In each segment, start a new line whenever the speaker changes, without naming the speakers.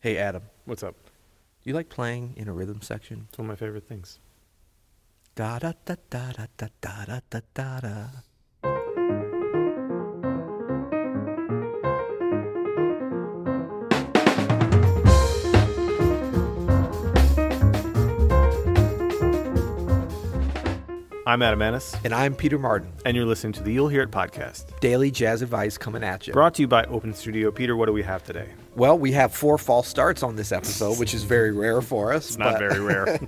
Hey, Adam,
What's up?
you like playing in a rhythm section?
It's one of my favorite things.
Da da da da da da da da da da da.
I'm Adam Annis,
And I'm Peter Martin,
and you're listening to the You'll Hear It podcast,
daily jazz advice coming at you.
brought to you by Open Studio. Peter, what do we have today?
Well, we have four false starts on this episode, which is very rare for us.
It's not
but
very rare.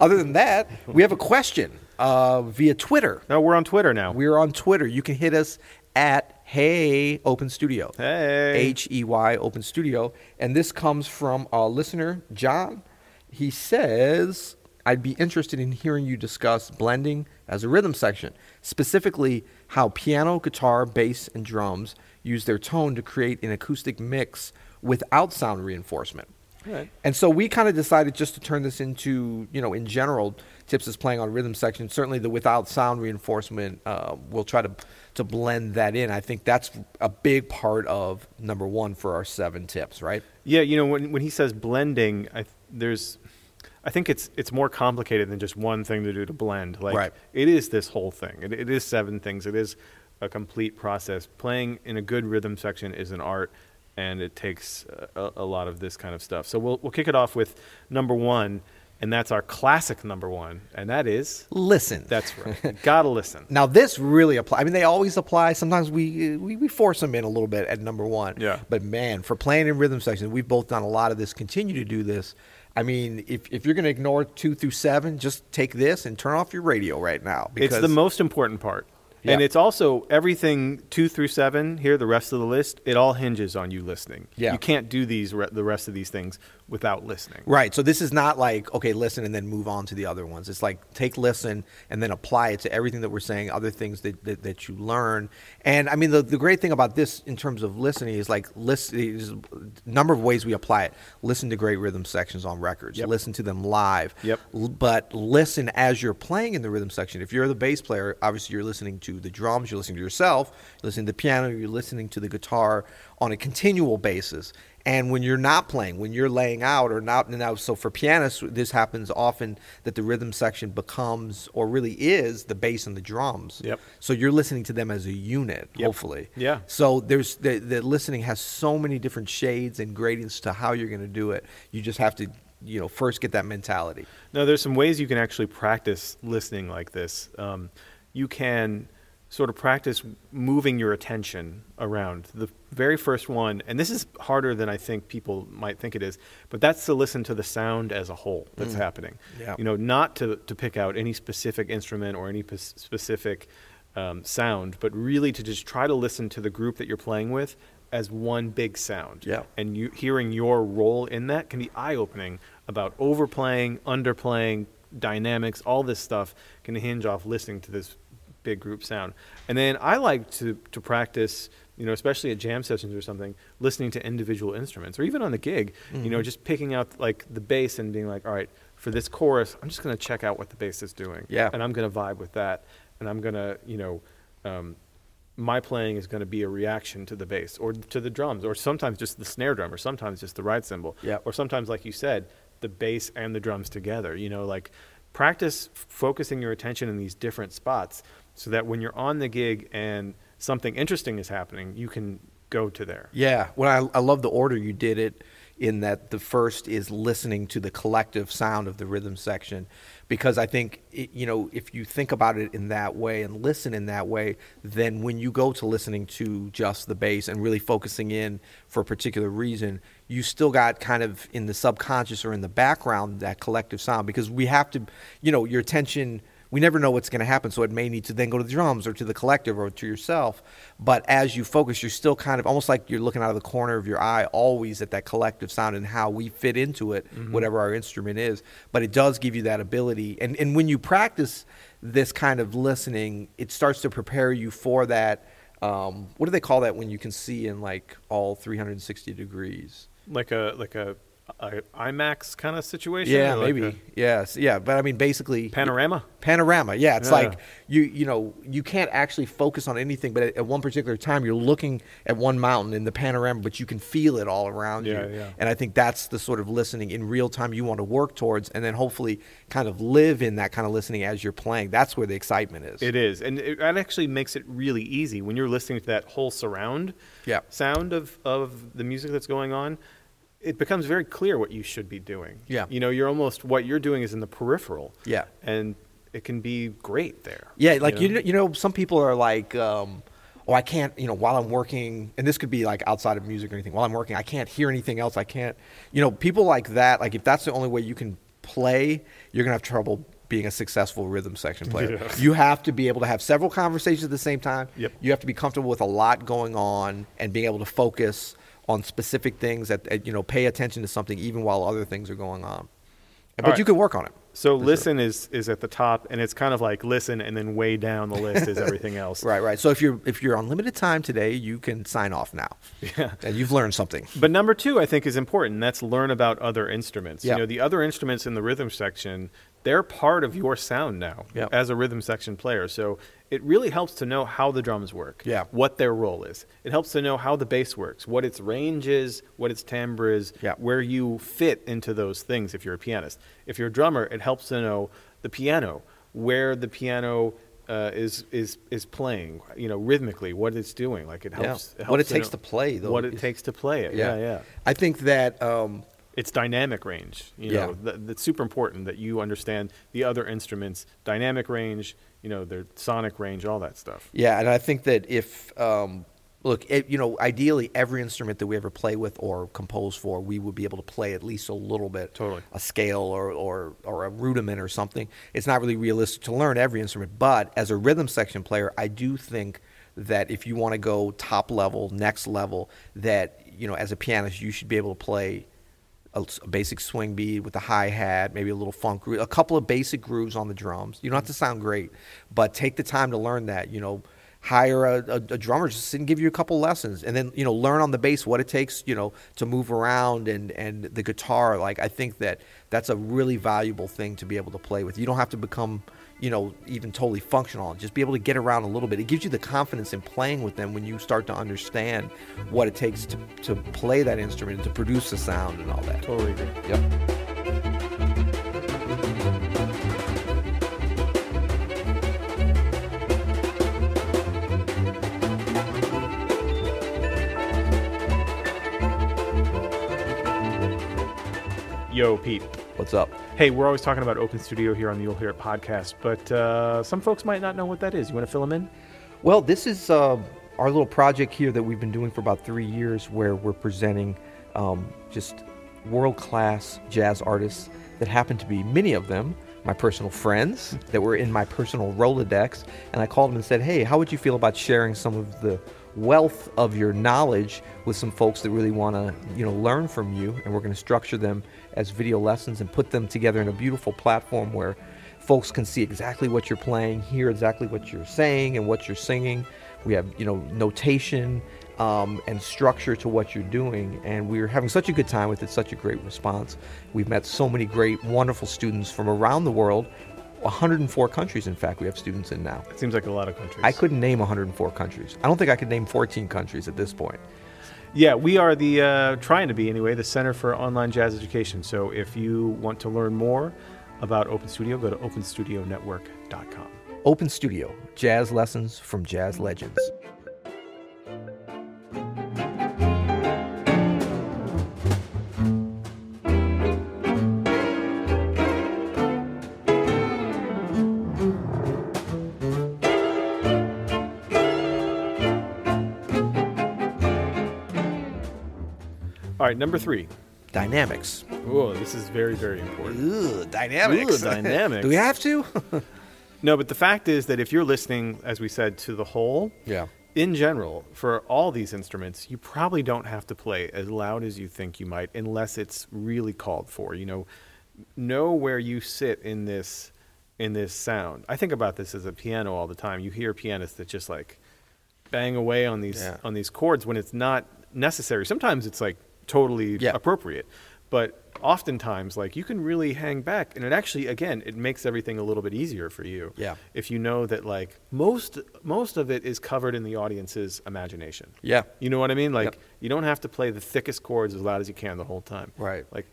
Other than that, we have a question uh, via Twitter.
no, we're on Twitter now.
We're on Twitter. You can hit us at Hey Open Studio.
hey.
H E Y Open Studio. And this comes from a listener, John. He says, I'd be interested in hearing you discuss blending as a rhythm section, specifically how piano, guitar, bass, and drums use their tone to create an acoustic mix without sound reinforcement.
Right.
And so we kind of decided just to turn this into, you know, in general, tips is playing on rhythm section. Certainly, the without sound reinforcement, uh, we'll try to to blend that in. I think that's a big part of number one for our seven tips, right?
Yeah, you know, when, when he says blending, I, th- there's, I think it's it's more complicated than just one thing to do to blend. Like
Right.
it is this whole thing. It, it is seven things. It is a complete process. Playing in a good rhythm section is an art, and it takes a, a lot of this kind of stuff. So we'll we'll kick it off with number one, and that's our classic number one, and that is
Listen.
that's right. You gotta listen.
now this really apply. I mean, they always apply. Sometimes we, we we force them in a little bit at number one.
Yeah.
But man, for playing in rhythm section, we've both done a lot of this. Continue to do this. I mean, if if you're going to ignore two through seven, just take this and turn off your radio right now.
It's the most important part. And
Yeah.
it's also everything two through seven here, the rest of the list, it all hinges on you listening.
Yeah.
You can't do these re- the rest of these things without listening.
Right. So this is not like, okay, listen and then move on to the other ones. It's like take listen and then apply it to everything that we're saying, other things that, that, that you learn. And I mean, the, the great thing about this in terms of listening is like, listen, is a number of ways we apply it. Listen to great rhythm sections on records,
Yep.
listen to them live.
Yep.
L- But listen as you're playing in the rhythm section. If you're the bass player, obviously you're listening to the drums, you're listening to yourself, you're listening to the piano, you're listening to the guitar on a continual basis. And when you're not playing, when you're laying out or not, and now, so for pianists, this happens often that the rhythm section becomes or really is the bass and the drums.
Yep.
So you're listening to them as a unit, hopefully.
Yeah.
So there's the, the listening has so many different shades and gradients to how you're going to do it. You just have to, you know, first get that mentality.
No, there's some ways you can actually practice listening like this. Um, you can sort of practice moving your attention around. The very first one, and this is harder than I think people might think it is, but that's to listen to the sound as a whole that's happening.
Mm. Yeah.
You know, not to, to pick out any specific instrument or any p- specific um, sound, but really to just try to listen to the group that you're playing with as one big sound
Yeah.
and you hearing your role in that can be eye-opening about overplaying, underplaying, dynamics, all this stuff can hinge off listening to this big group sound. And then I like to to practice, you know, especially at jam sessions or something, listening to individual instruments or even on the gig, you know, just picking out like the bass and being like, all right, for this chorus, I'm just going to check out what the bass is doing.
Yeah.
And I'm going to vibe with that and I'm going to, you know, um, my playing is going to be a reaction to the bass or to the drums or sometimes just the snare drum or sometimes just the ride cymbal
Yep.
or sometimes like you said the bass and the drums together you know like practice f- focusing your attention in these different spots so that when you're on the gig and something interesting is happening you can go to there
Yeah. Well, I, I love the order you did it in that the first is listening to the collective sound of the rhythm section because I think, it, you know, if you think about it in that way and listen in that way, then when you go to listening to just the bass and really focusing in for a particular reason, you still got kind of in the subconscious or in the background that collective sound because we have to, you know, your attention we never know what's going to happen so it may need to then go to the drums or to the collective or to yourself but as you focus you're still kind of almost like you're looking out of the corner of your eye always at that collective sound and how we fit into it whatever our instrument is but it does give you that ability and and when you practice this kind of listening it starts to prepare you for that um, what do they call that when you can see in like all 360 degrees
like a like a a IMAX kind of situation.
Yeah,
or like
maybe. yes, yeah, but I mean, basically,
a panorama.
panorama. Yeah, it's
Yeah.
like you you know you can't actually focus on anything, but at, at one particular time you're looking at one mountain in the panorama, but you can feel it all around
Yeah,
you.
yeah.
And I think that's the sort of listening in real time you want to work towards, and then hopefully kind of live in that kind of listening as you're playing. That's where the excitement is.
It is, and it, that actually makes it really easy when you're listening to that whole surround
Yeah.
sound of of the music that's going on. It becomes very clear what you should be doing.
Yeah.
you know, you're almost what you're doing is in the peripheral.
Yeah.
and it can be great there.
Yeah, like you know, you know, some people are like, um, oh, I can't, you know, while I'm working, and this could be like outside of music or anything. While I'm working, I can't hear anything else. I can't, you know, people like that. Like if that's the only way you can play, you're gonna have trouble being a successful rhythm section player.
Yeah.
You have to be able to have several conversations at the same time.
Yep.
You have to be comfortable with a lot going on and being able to focus on specific things that that, you know pay attention to something even while other things are going on. But
right.
you can work on it.
So
sure.
listen is is at the top, and it's kind of like listen, and then way down the list is everything else.
Right, right. So if you're if you're on limited time today, you can sign off now. Yeah. And you've learned something.
But number two, I think, is important. That's learn about other instruments.
Yeah.
You know, the other instruments in the rhythm section, they're part of your sound now
Yeah.
as a rhythm section player. So it really helps to know how the drums work,
Yeah.
what their role is. It helps to know how the bass works, what its range is, what its timbre is,
Yeah.
where you fit into those things if you're a pianist. If you're a drummer, it helps to know the piano, where the piano. Uh, is is is playing, you know, rhythmically what it's doing. Like it
Yeah.
helps.
What
helps
it takes
know
to play, though,
What it
is-
takes to play it. Yeah, yeah
I think that um,
it's dynamic range. You
Yeah.
know, Th- that's super important that you understand the other instruments' dynamic range. You know, their sonic range, all that stuff.
yeah, and I think that if um, look, it, you know, ideally every instrument that we ever play with or compose for, we would be able to play at least a little bit.
Totally.
a scale or, or, or a rudiment or something. It's not really realistic to learn every instrument, but as a rhythm section player, I do think that if you want to go top level, next level, that, you know, as a pianist, you should be able to play a, s- a basic swing beat with a hi hat, maybe a little funk groove, a couple of basic grooves on the drums. You don't have to sound great, but take the time to learn that, you know. Hire a, a, a drummer to sit and give you a couple lessons, and then you know learn on the bass what it takes you know to move around and and the guitar. Like I think that that's a really valuable thing to be able to play with. You don't have to become you know even totally functional. Just be able to get around a little bit. It gives you the confidence in playing with them when you start to understand what it takes to to play that instrument, to produce the sound, and all that.
Totally agree.
Yep.
Yo, Pete.
What's up?
Hey, we're always talking about Open Studio here on the You'll Hear It podcast, but uh, some folks might not know what that is. You want to fill them in?
Well, this is uh, our little project here that we've been doing for about three years, where we're presenting um, just world-class jazz artists that happen to be many of them my personal friends that were in my personal Rolodex, and I called them and said, "Hey, how would you feel about sharing some of the wealth of your knowledge with some folks that really want to, you know, learn from you?" And we're going to structure them as video lessons and put them together in a beautiful platform where folks can see exactly what you're playing, hear exactly what you're saying and what you're singing. We have, you know, notation um, and structure to what you're doing, and we're having such a good time with it, such a great response. We've met so many great, wonderful students from around the world, 104 countries, in fact, we have students in now.
It seems like a lot of countries.
I couldn't name 104 countries. I don't think I could name 14 countries at this point.
Yeah, we are the uh, trying to be anyway the Center for Online Jazz Education. So if you want to learn more about Open Studio, go to openstudionetwork.com.
Open Studio, jazz lessons from jazz legends.
All right, number three.
Dynamics.
Whoa, this is very very important.
Ooh, dynamics.
Ooh, dynamics.
Do we have to?
No, but the fact is that if you're listening, as we said, to the whole,
Yeah.
in general, for all these instruments, you probably don't have to play as loud as you think you might, unless it's really called for. You know, know where you sit in this in this sound. I think about this as a piano all the time. You hear pianists that just like bang away on these
Yeah.
on these chords when it's not necessary. Sometimes it's like totally
Yeah.
appropriate, But oftentimes, like you can really hang back, and it actually, again, it makes everything a little bit easier for you.
Yeah.
If you know that, like most most of it is covered in the audience's imagination.
Yeah.
You know what I mean? Like
Yep.
you don't have to play the thickest chords as loud as you can the whole time.
Right.
Like,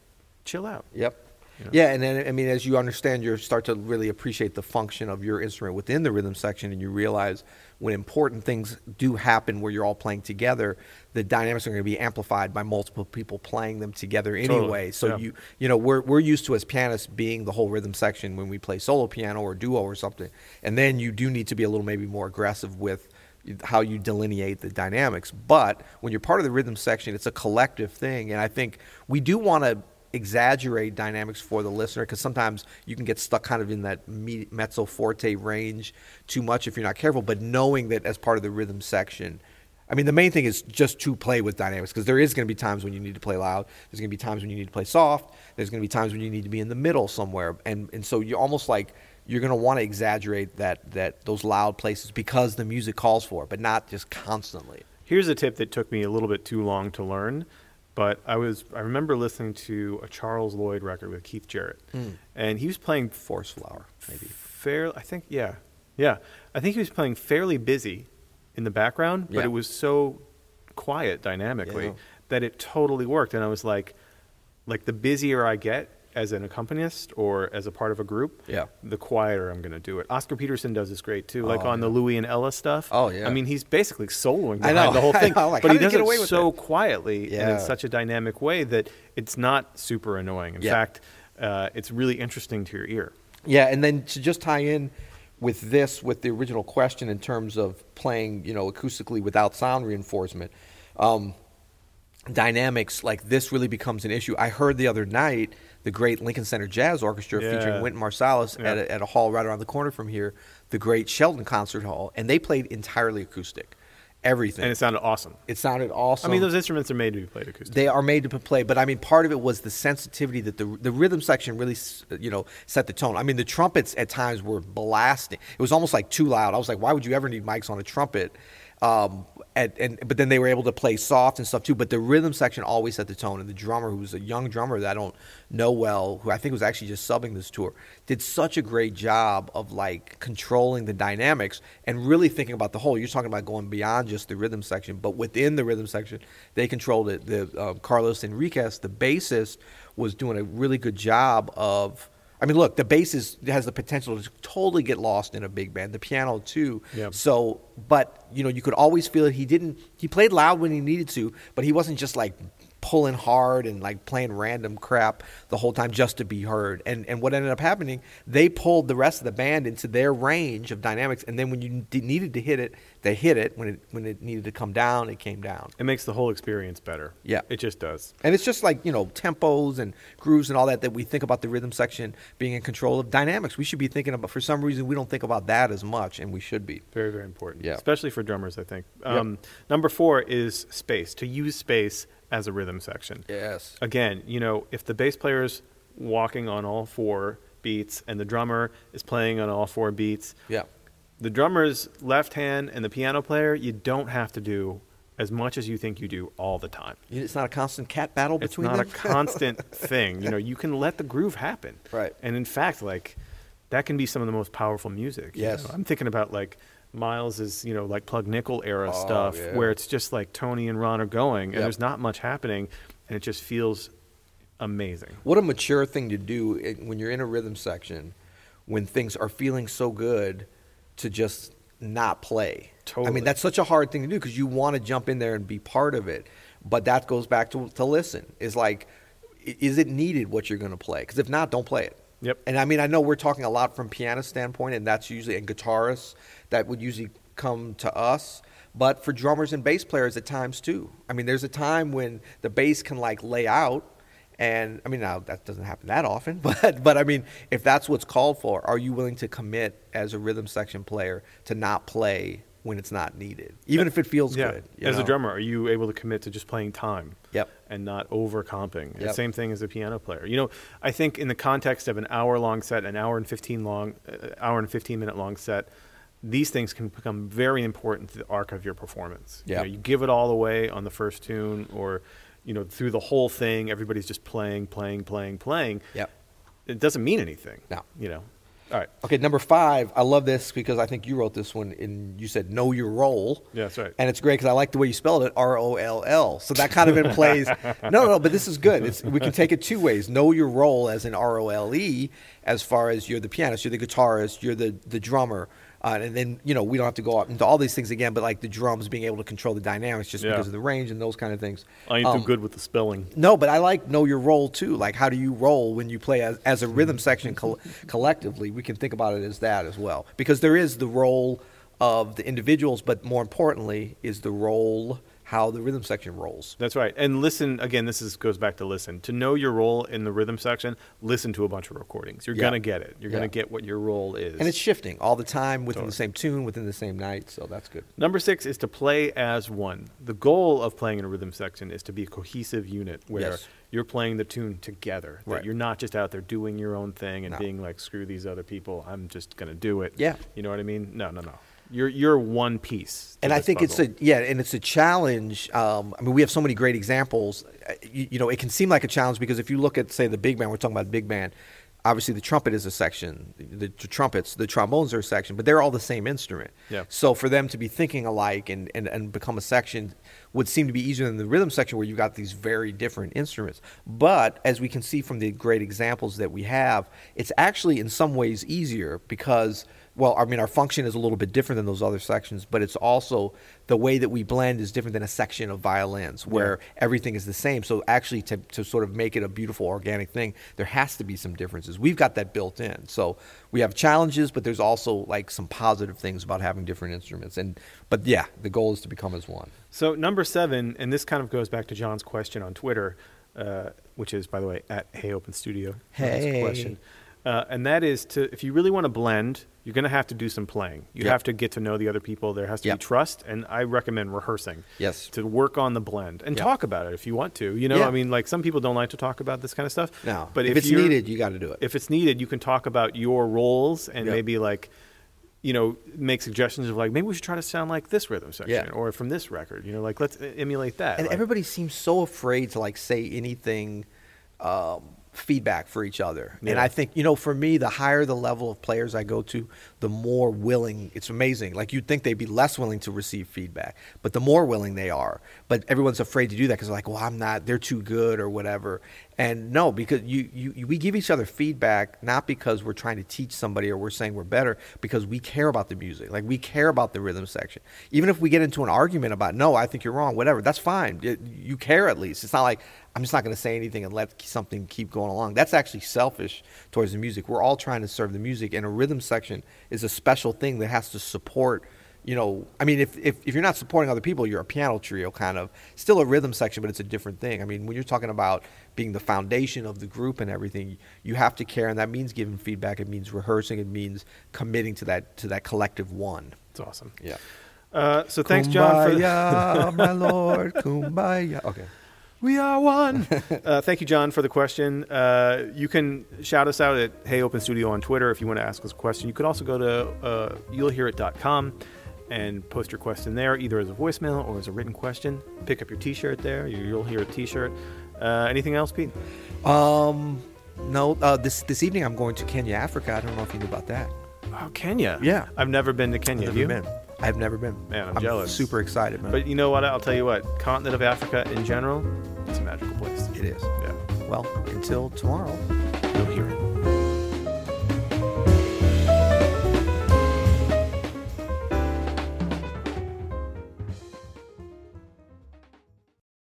chill out.
Yep.
You know?
Yeah, and then I mean, as you understand, you start to really appreciate the function of your instrument within the rhythm section, and you realize when important things do happen where you're all playing together, the dynamics are going to be amplified by multiple people playing them together
Totally,
anyway. So
yeah.
you you know we're we're used to as pianists being the whole rhythm section when we play solo piano or duo or something, and then you do need to be a little maybe more aggressive with how you delineate the dynamics. But when you're part of the rhythm section, it's a collective thing, and I think we do want to exaggerate dynamics for the listener because sometimes you can get stuck kind of in that me- mezzo forte range too much if you're not careful. But knowing that as part of the rhythm section, I mean, the main thing is just to play with dynamics because there is going to be times when you need to play loud. There's going to be times when you need to play soft. There's going to be times when you need to be in the middle somewhere, and and so you're almost like you're going to want to exaggerate that that those loud places because the music calls for it, but not just constantly.
Here's a tip that took me a little bit too long to learn, but I was I remember listening to a Charles Lloyd record with Keith Jarrett,
Hmm.
and he was playing four
Force flower, maybe.
fairly. I think yeah, yeah. I think he was playing fairly busy in the background, but
Yeah.
it was so quiet dynamically
Yeah.
that it totally worked. And I was like, like the busier I get as an accompanist or as a part of a group,
Yeah.
the quieter I'm going to do it. Oscar Peterson does this great too, like
Oh,
on the
yeah.
Louis and Ella stuff.
Oh, yeah.
I mean, he's basically soloing
I
behind
know,
the whole
I
thing,
know, like,
but
how
he
did he
does
get
it
away with
so
it?
quietly and
Yeah.
in such a dynamic way that it's not super annoying. In
Yeah.
fact, uh, it's really interesting to your ear.
Yeah, and then to just tie in with this, with the original question in terms of playing, you know, acoustically without sound reinforcement, um, dynamics like this really becomes an issue. I heard the other night the great Lincoln Center Jazz Orchestra
Yeah.
featuring Wynton Marsalis at,
Yeah.
a, at a hall right around the corner from here, the great Sheldon Concert Hall, and they played entirely acoustic, everything.
And it sounded awesome.
it sounded awesome.
I mean, those instruments are made to be played acoustic.
They are made to play, but I mean, part of it was the sensitivity that the the rhythm section really, s- you know, set the tone. I mean, the trumpets at times were blasting. It was almost like too loud. I was like, why would you ever need mics on a trumpet? Um, and, and but then they were able to play soft and stuff too. But the rhythm section always set the tone. And the drummer, who was a young drummer that I don't know well, who I think was actually just subbing this tour, did such a great job of like controlling the dynamics and really thinking about the whole. You're talking about going beyond just the rhythm section, but within the rhythm section, they controlled it. The um, Carlos Enriquez, the bassist, was doing a really good job of. I mean, look, the bass is, has the potential to totally get lost in a big band. The piano too.
Yep.
So, but you know, you could always feel it. He didn't. He played loud when he needed to, but he wasn't just like pulling hard and like playing random crap the whole time just to be heard. And and what ended up happening, they pulled the rest of the band into their range of dynamics, and then when you d- needed to hit it, they hit it. When it when it needed to come down, it came down.
It makes the whole experience better.
Yeah.
It just does.
And it's just like, you know, tempos and grooves and all that that we think about the rhythm section being in control of dynamics. We should be thinking about, for some reason, we don't think about that as much, and we should be.
Very, very important.
Yeah.
Especially for drummers, I think. Um, Number four is space, to use space as a rhythm section.
Yes.
Again, you know, if the bass player is walking on all four beats and the drummer is playing on all four beats,
Yeah.
the drummer's left hand and the piano player, you don't have to do as much as you think you do all the time.
It's not a constant cat battle
it's
between
not a
them.
constant thing. You know, you can let the groove happen.
Right.
And in fact, like that can be some of the most powerful music. you
Yes.
know? I'm thinking about like Miles's, you know, like plug nickel era
Oh,
stuff
yeah.
where it's just like Tony and Ron are going and
Yep.
there's not much happening and it just feels amazing.
what a mature thing to do in- when you're in a rhythm section when things are feeling so good to just not play i
Totally.
mean that's such a hard thing to do because you want to jump in there and be part of it but that goes back to, to listen is like i- is it needed what you're going to play because if not don't play it
Yep.
and i mean i know we're talking a lot from pianist standpoint and that's usually and guitarists that would usually come to us but for drummers and bass players at times too i mean there's a time when the bass can like lay out and I mean, now that doesn't happen that often, but but I mean, if that's what's called for, are you willing to commit as a rhythm section player to not play when it's not needed, even if it feels good? you
As a
know?
drummer, are you able to commit to just playing time?
Yep.
And not overcomping. The
Yep.
same thing as a piano player. You know, I think in the context of an hour long set, an hour and 15 long, uh, hour and 15 minute long set, these things can become very important to the arc of your performance. You,
Yep.
know, you give it all away on the first tune or you know, through the whole thing, everybody's just playing, playing, playing, playing.
Yep.
It doesn't mean anything.
No.
You know. All right.
Okay, number five. I love this because I think you wrote this one and you said know your role.
Yeah, that's right.
And it's great because I like the way you spelled it, R O L L. So that kind of implies no, no, no, but this is good. It's, we can take it two ways. Know your role as in R O L E, as far as you're the pianist, you're the guitarist, you're the the drummer, uh, and then you know we don't have to go out into all these things again. But like the drums being able to control the dynamics just
Yeah.
because of the range and those kind of things.
I ain't
Um,
too good with the spelling.
No, but I like know your role too. Like, how do you roll when you play as, as a rhythm section col- collectively? We can think about it as that as well, because there is the role of the individuals, but more importantly, is the role how the rhythm section rolls.
That's right. And listen again. This is goes back to listen. To know your role in the rhythm section, listen to a bunch of recordings. You're
Yeah.
gonna get it. You're
Yeah.
gonna get what your role is.
And it's shifting all the time within the
Totally.
same tune, within the same night, so that's good.
Number six is to play as one. The goal of playing in a rhythm section is to be a cohesive unit where
Yes.
you're playing the tune together. That
Right.
you're not just out there doing your own thing and
No.
being like, screw these other people, I'm just gonna do it.
Yeah.
You know what I mean? No, no, no. You're you're one piece. to
and I
this
think
puzzle.
it's a yeah, and it's a challenge. Um, I mean, we have so many great examples. Uh, You, you know, it can seem like a challenge because if you look at say the big band, we're talking about the big band. Obviously, the trumpet is a section, the, the trumpets, the trombones are a section, but they're all the same instrument.
Yeah.
So for them to be thinking alike and, and, and become a section would seem to be easier than the rhythm section where you've got these very different instruments. But as we can see from the great examples that we have, it's actually in some ways easier because well, I mean, our function is a little bit different than those other sections, but it's also the way that we blend is different than a section of violins where everything is the same. So, actually, to, to sort of make it a beautiful organic thing, there has to be some differences. We've got that built in. So, we have challenges, but there's also like some positive things about having different instruments. And, but yeah, the goal is to become as one.
So number seven, and this kind of goes back to John's question on Twitter, uh, which is, by the way, at Hey Open Studio. John's
Hey.
question, uh, and that is to if you really want to blend, you're going to have to do some playing. You
Yep.
have to get to know the other people. There has to
Yep.
be trust, and I recommend rehearsing.
Yes.
To work on the blend and
Yep.
talk about it if you want to. You know,
Yeah.
I mean, like some people don't like to talk about this kind of stuff.
Now,
but
if,
if,
it's
you're-
needed, you got to do it.
if it's needed, you can talk about your roles and
Yeah.
maybe like, you know, make suggestions of like maybe we should try to sound like this rhythm section
Yeah.
or from this record. You know, like let's e-, emulate that.
and
like-
everybody seems so afraid to like say anything um, feedback for each other and
Yeah.
i think you know for me the higher the level of players i go to the more willing it's amazing like you'd think they'd be less willing to receive feedback but the more willing they are but everyone's afraid to do that because like well i'm not they're too good or whatever and no because you, you you- we give each other feedback not because we're trying to teach somebody or we're saying we're better because we care about the music like we care about the rhythm section even if we get into an argument about no i think you're wrong whatever that's fine Y- you care at least it's not like i'm just not going to say anything and let something keep going along that's actually selfish towards the music we're all trying to serve the music and a rhythm section is a special thing that has to support you know i mean if, if, if you're not supporting other people you're a piano trio kind of still a rhythm section but it's a different thing i mean when you're talking about being the foundation of the group and everything you have to care and that means giving feedback it means rehearsing it means committing to that to that collective one
it's awesome.
yeah
Uh, so thanks, John. For the,
Kumbaya, my lord kumbaya okay
we are one. uh, thank you, John, for the question. Uh, you can shout us out at Hey Open Studio on Twitter if you want to ask us a question. You could also go to uh, you'llhearit.com and post your question there, either as a voicemail or as a written question. Pick up your T-shirt there. Your You'll Hear It T-shirt. Uh, anything else, Pete?
um no uh, this this evening i'm going to kenya africa i don't know if you knew about that
Oh, Kenya.
Yeah.
I've never been to Kenya.
I've
Have you?
never been i've never been
Man, I'm jealous.
super excited man
But you know what? I'll tell you what. Continent of Africa in general, it's a magical place.
it is
Yeah.
well until tomorrow
You'll hear it.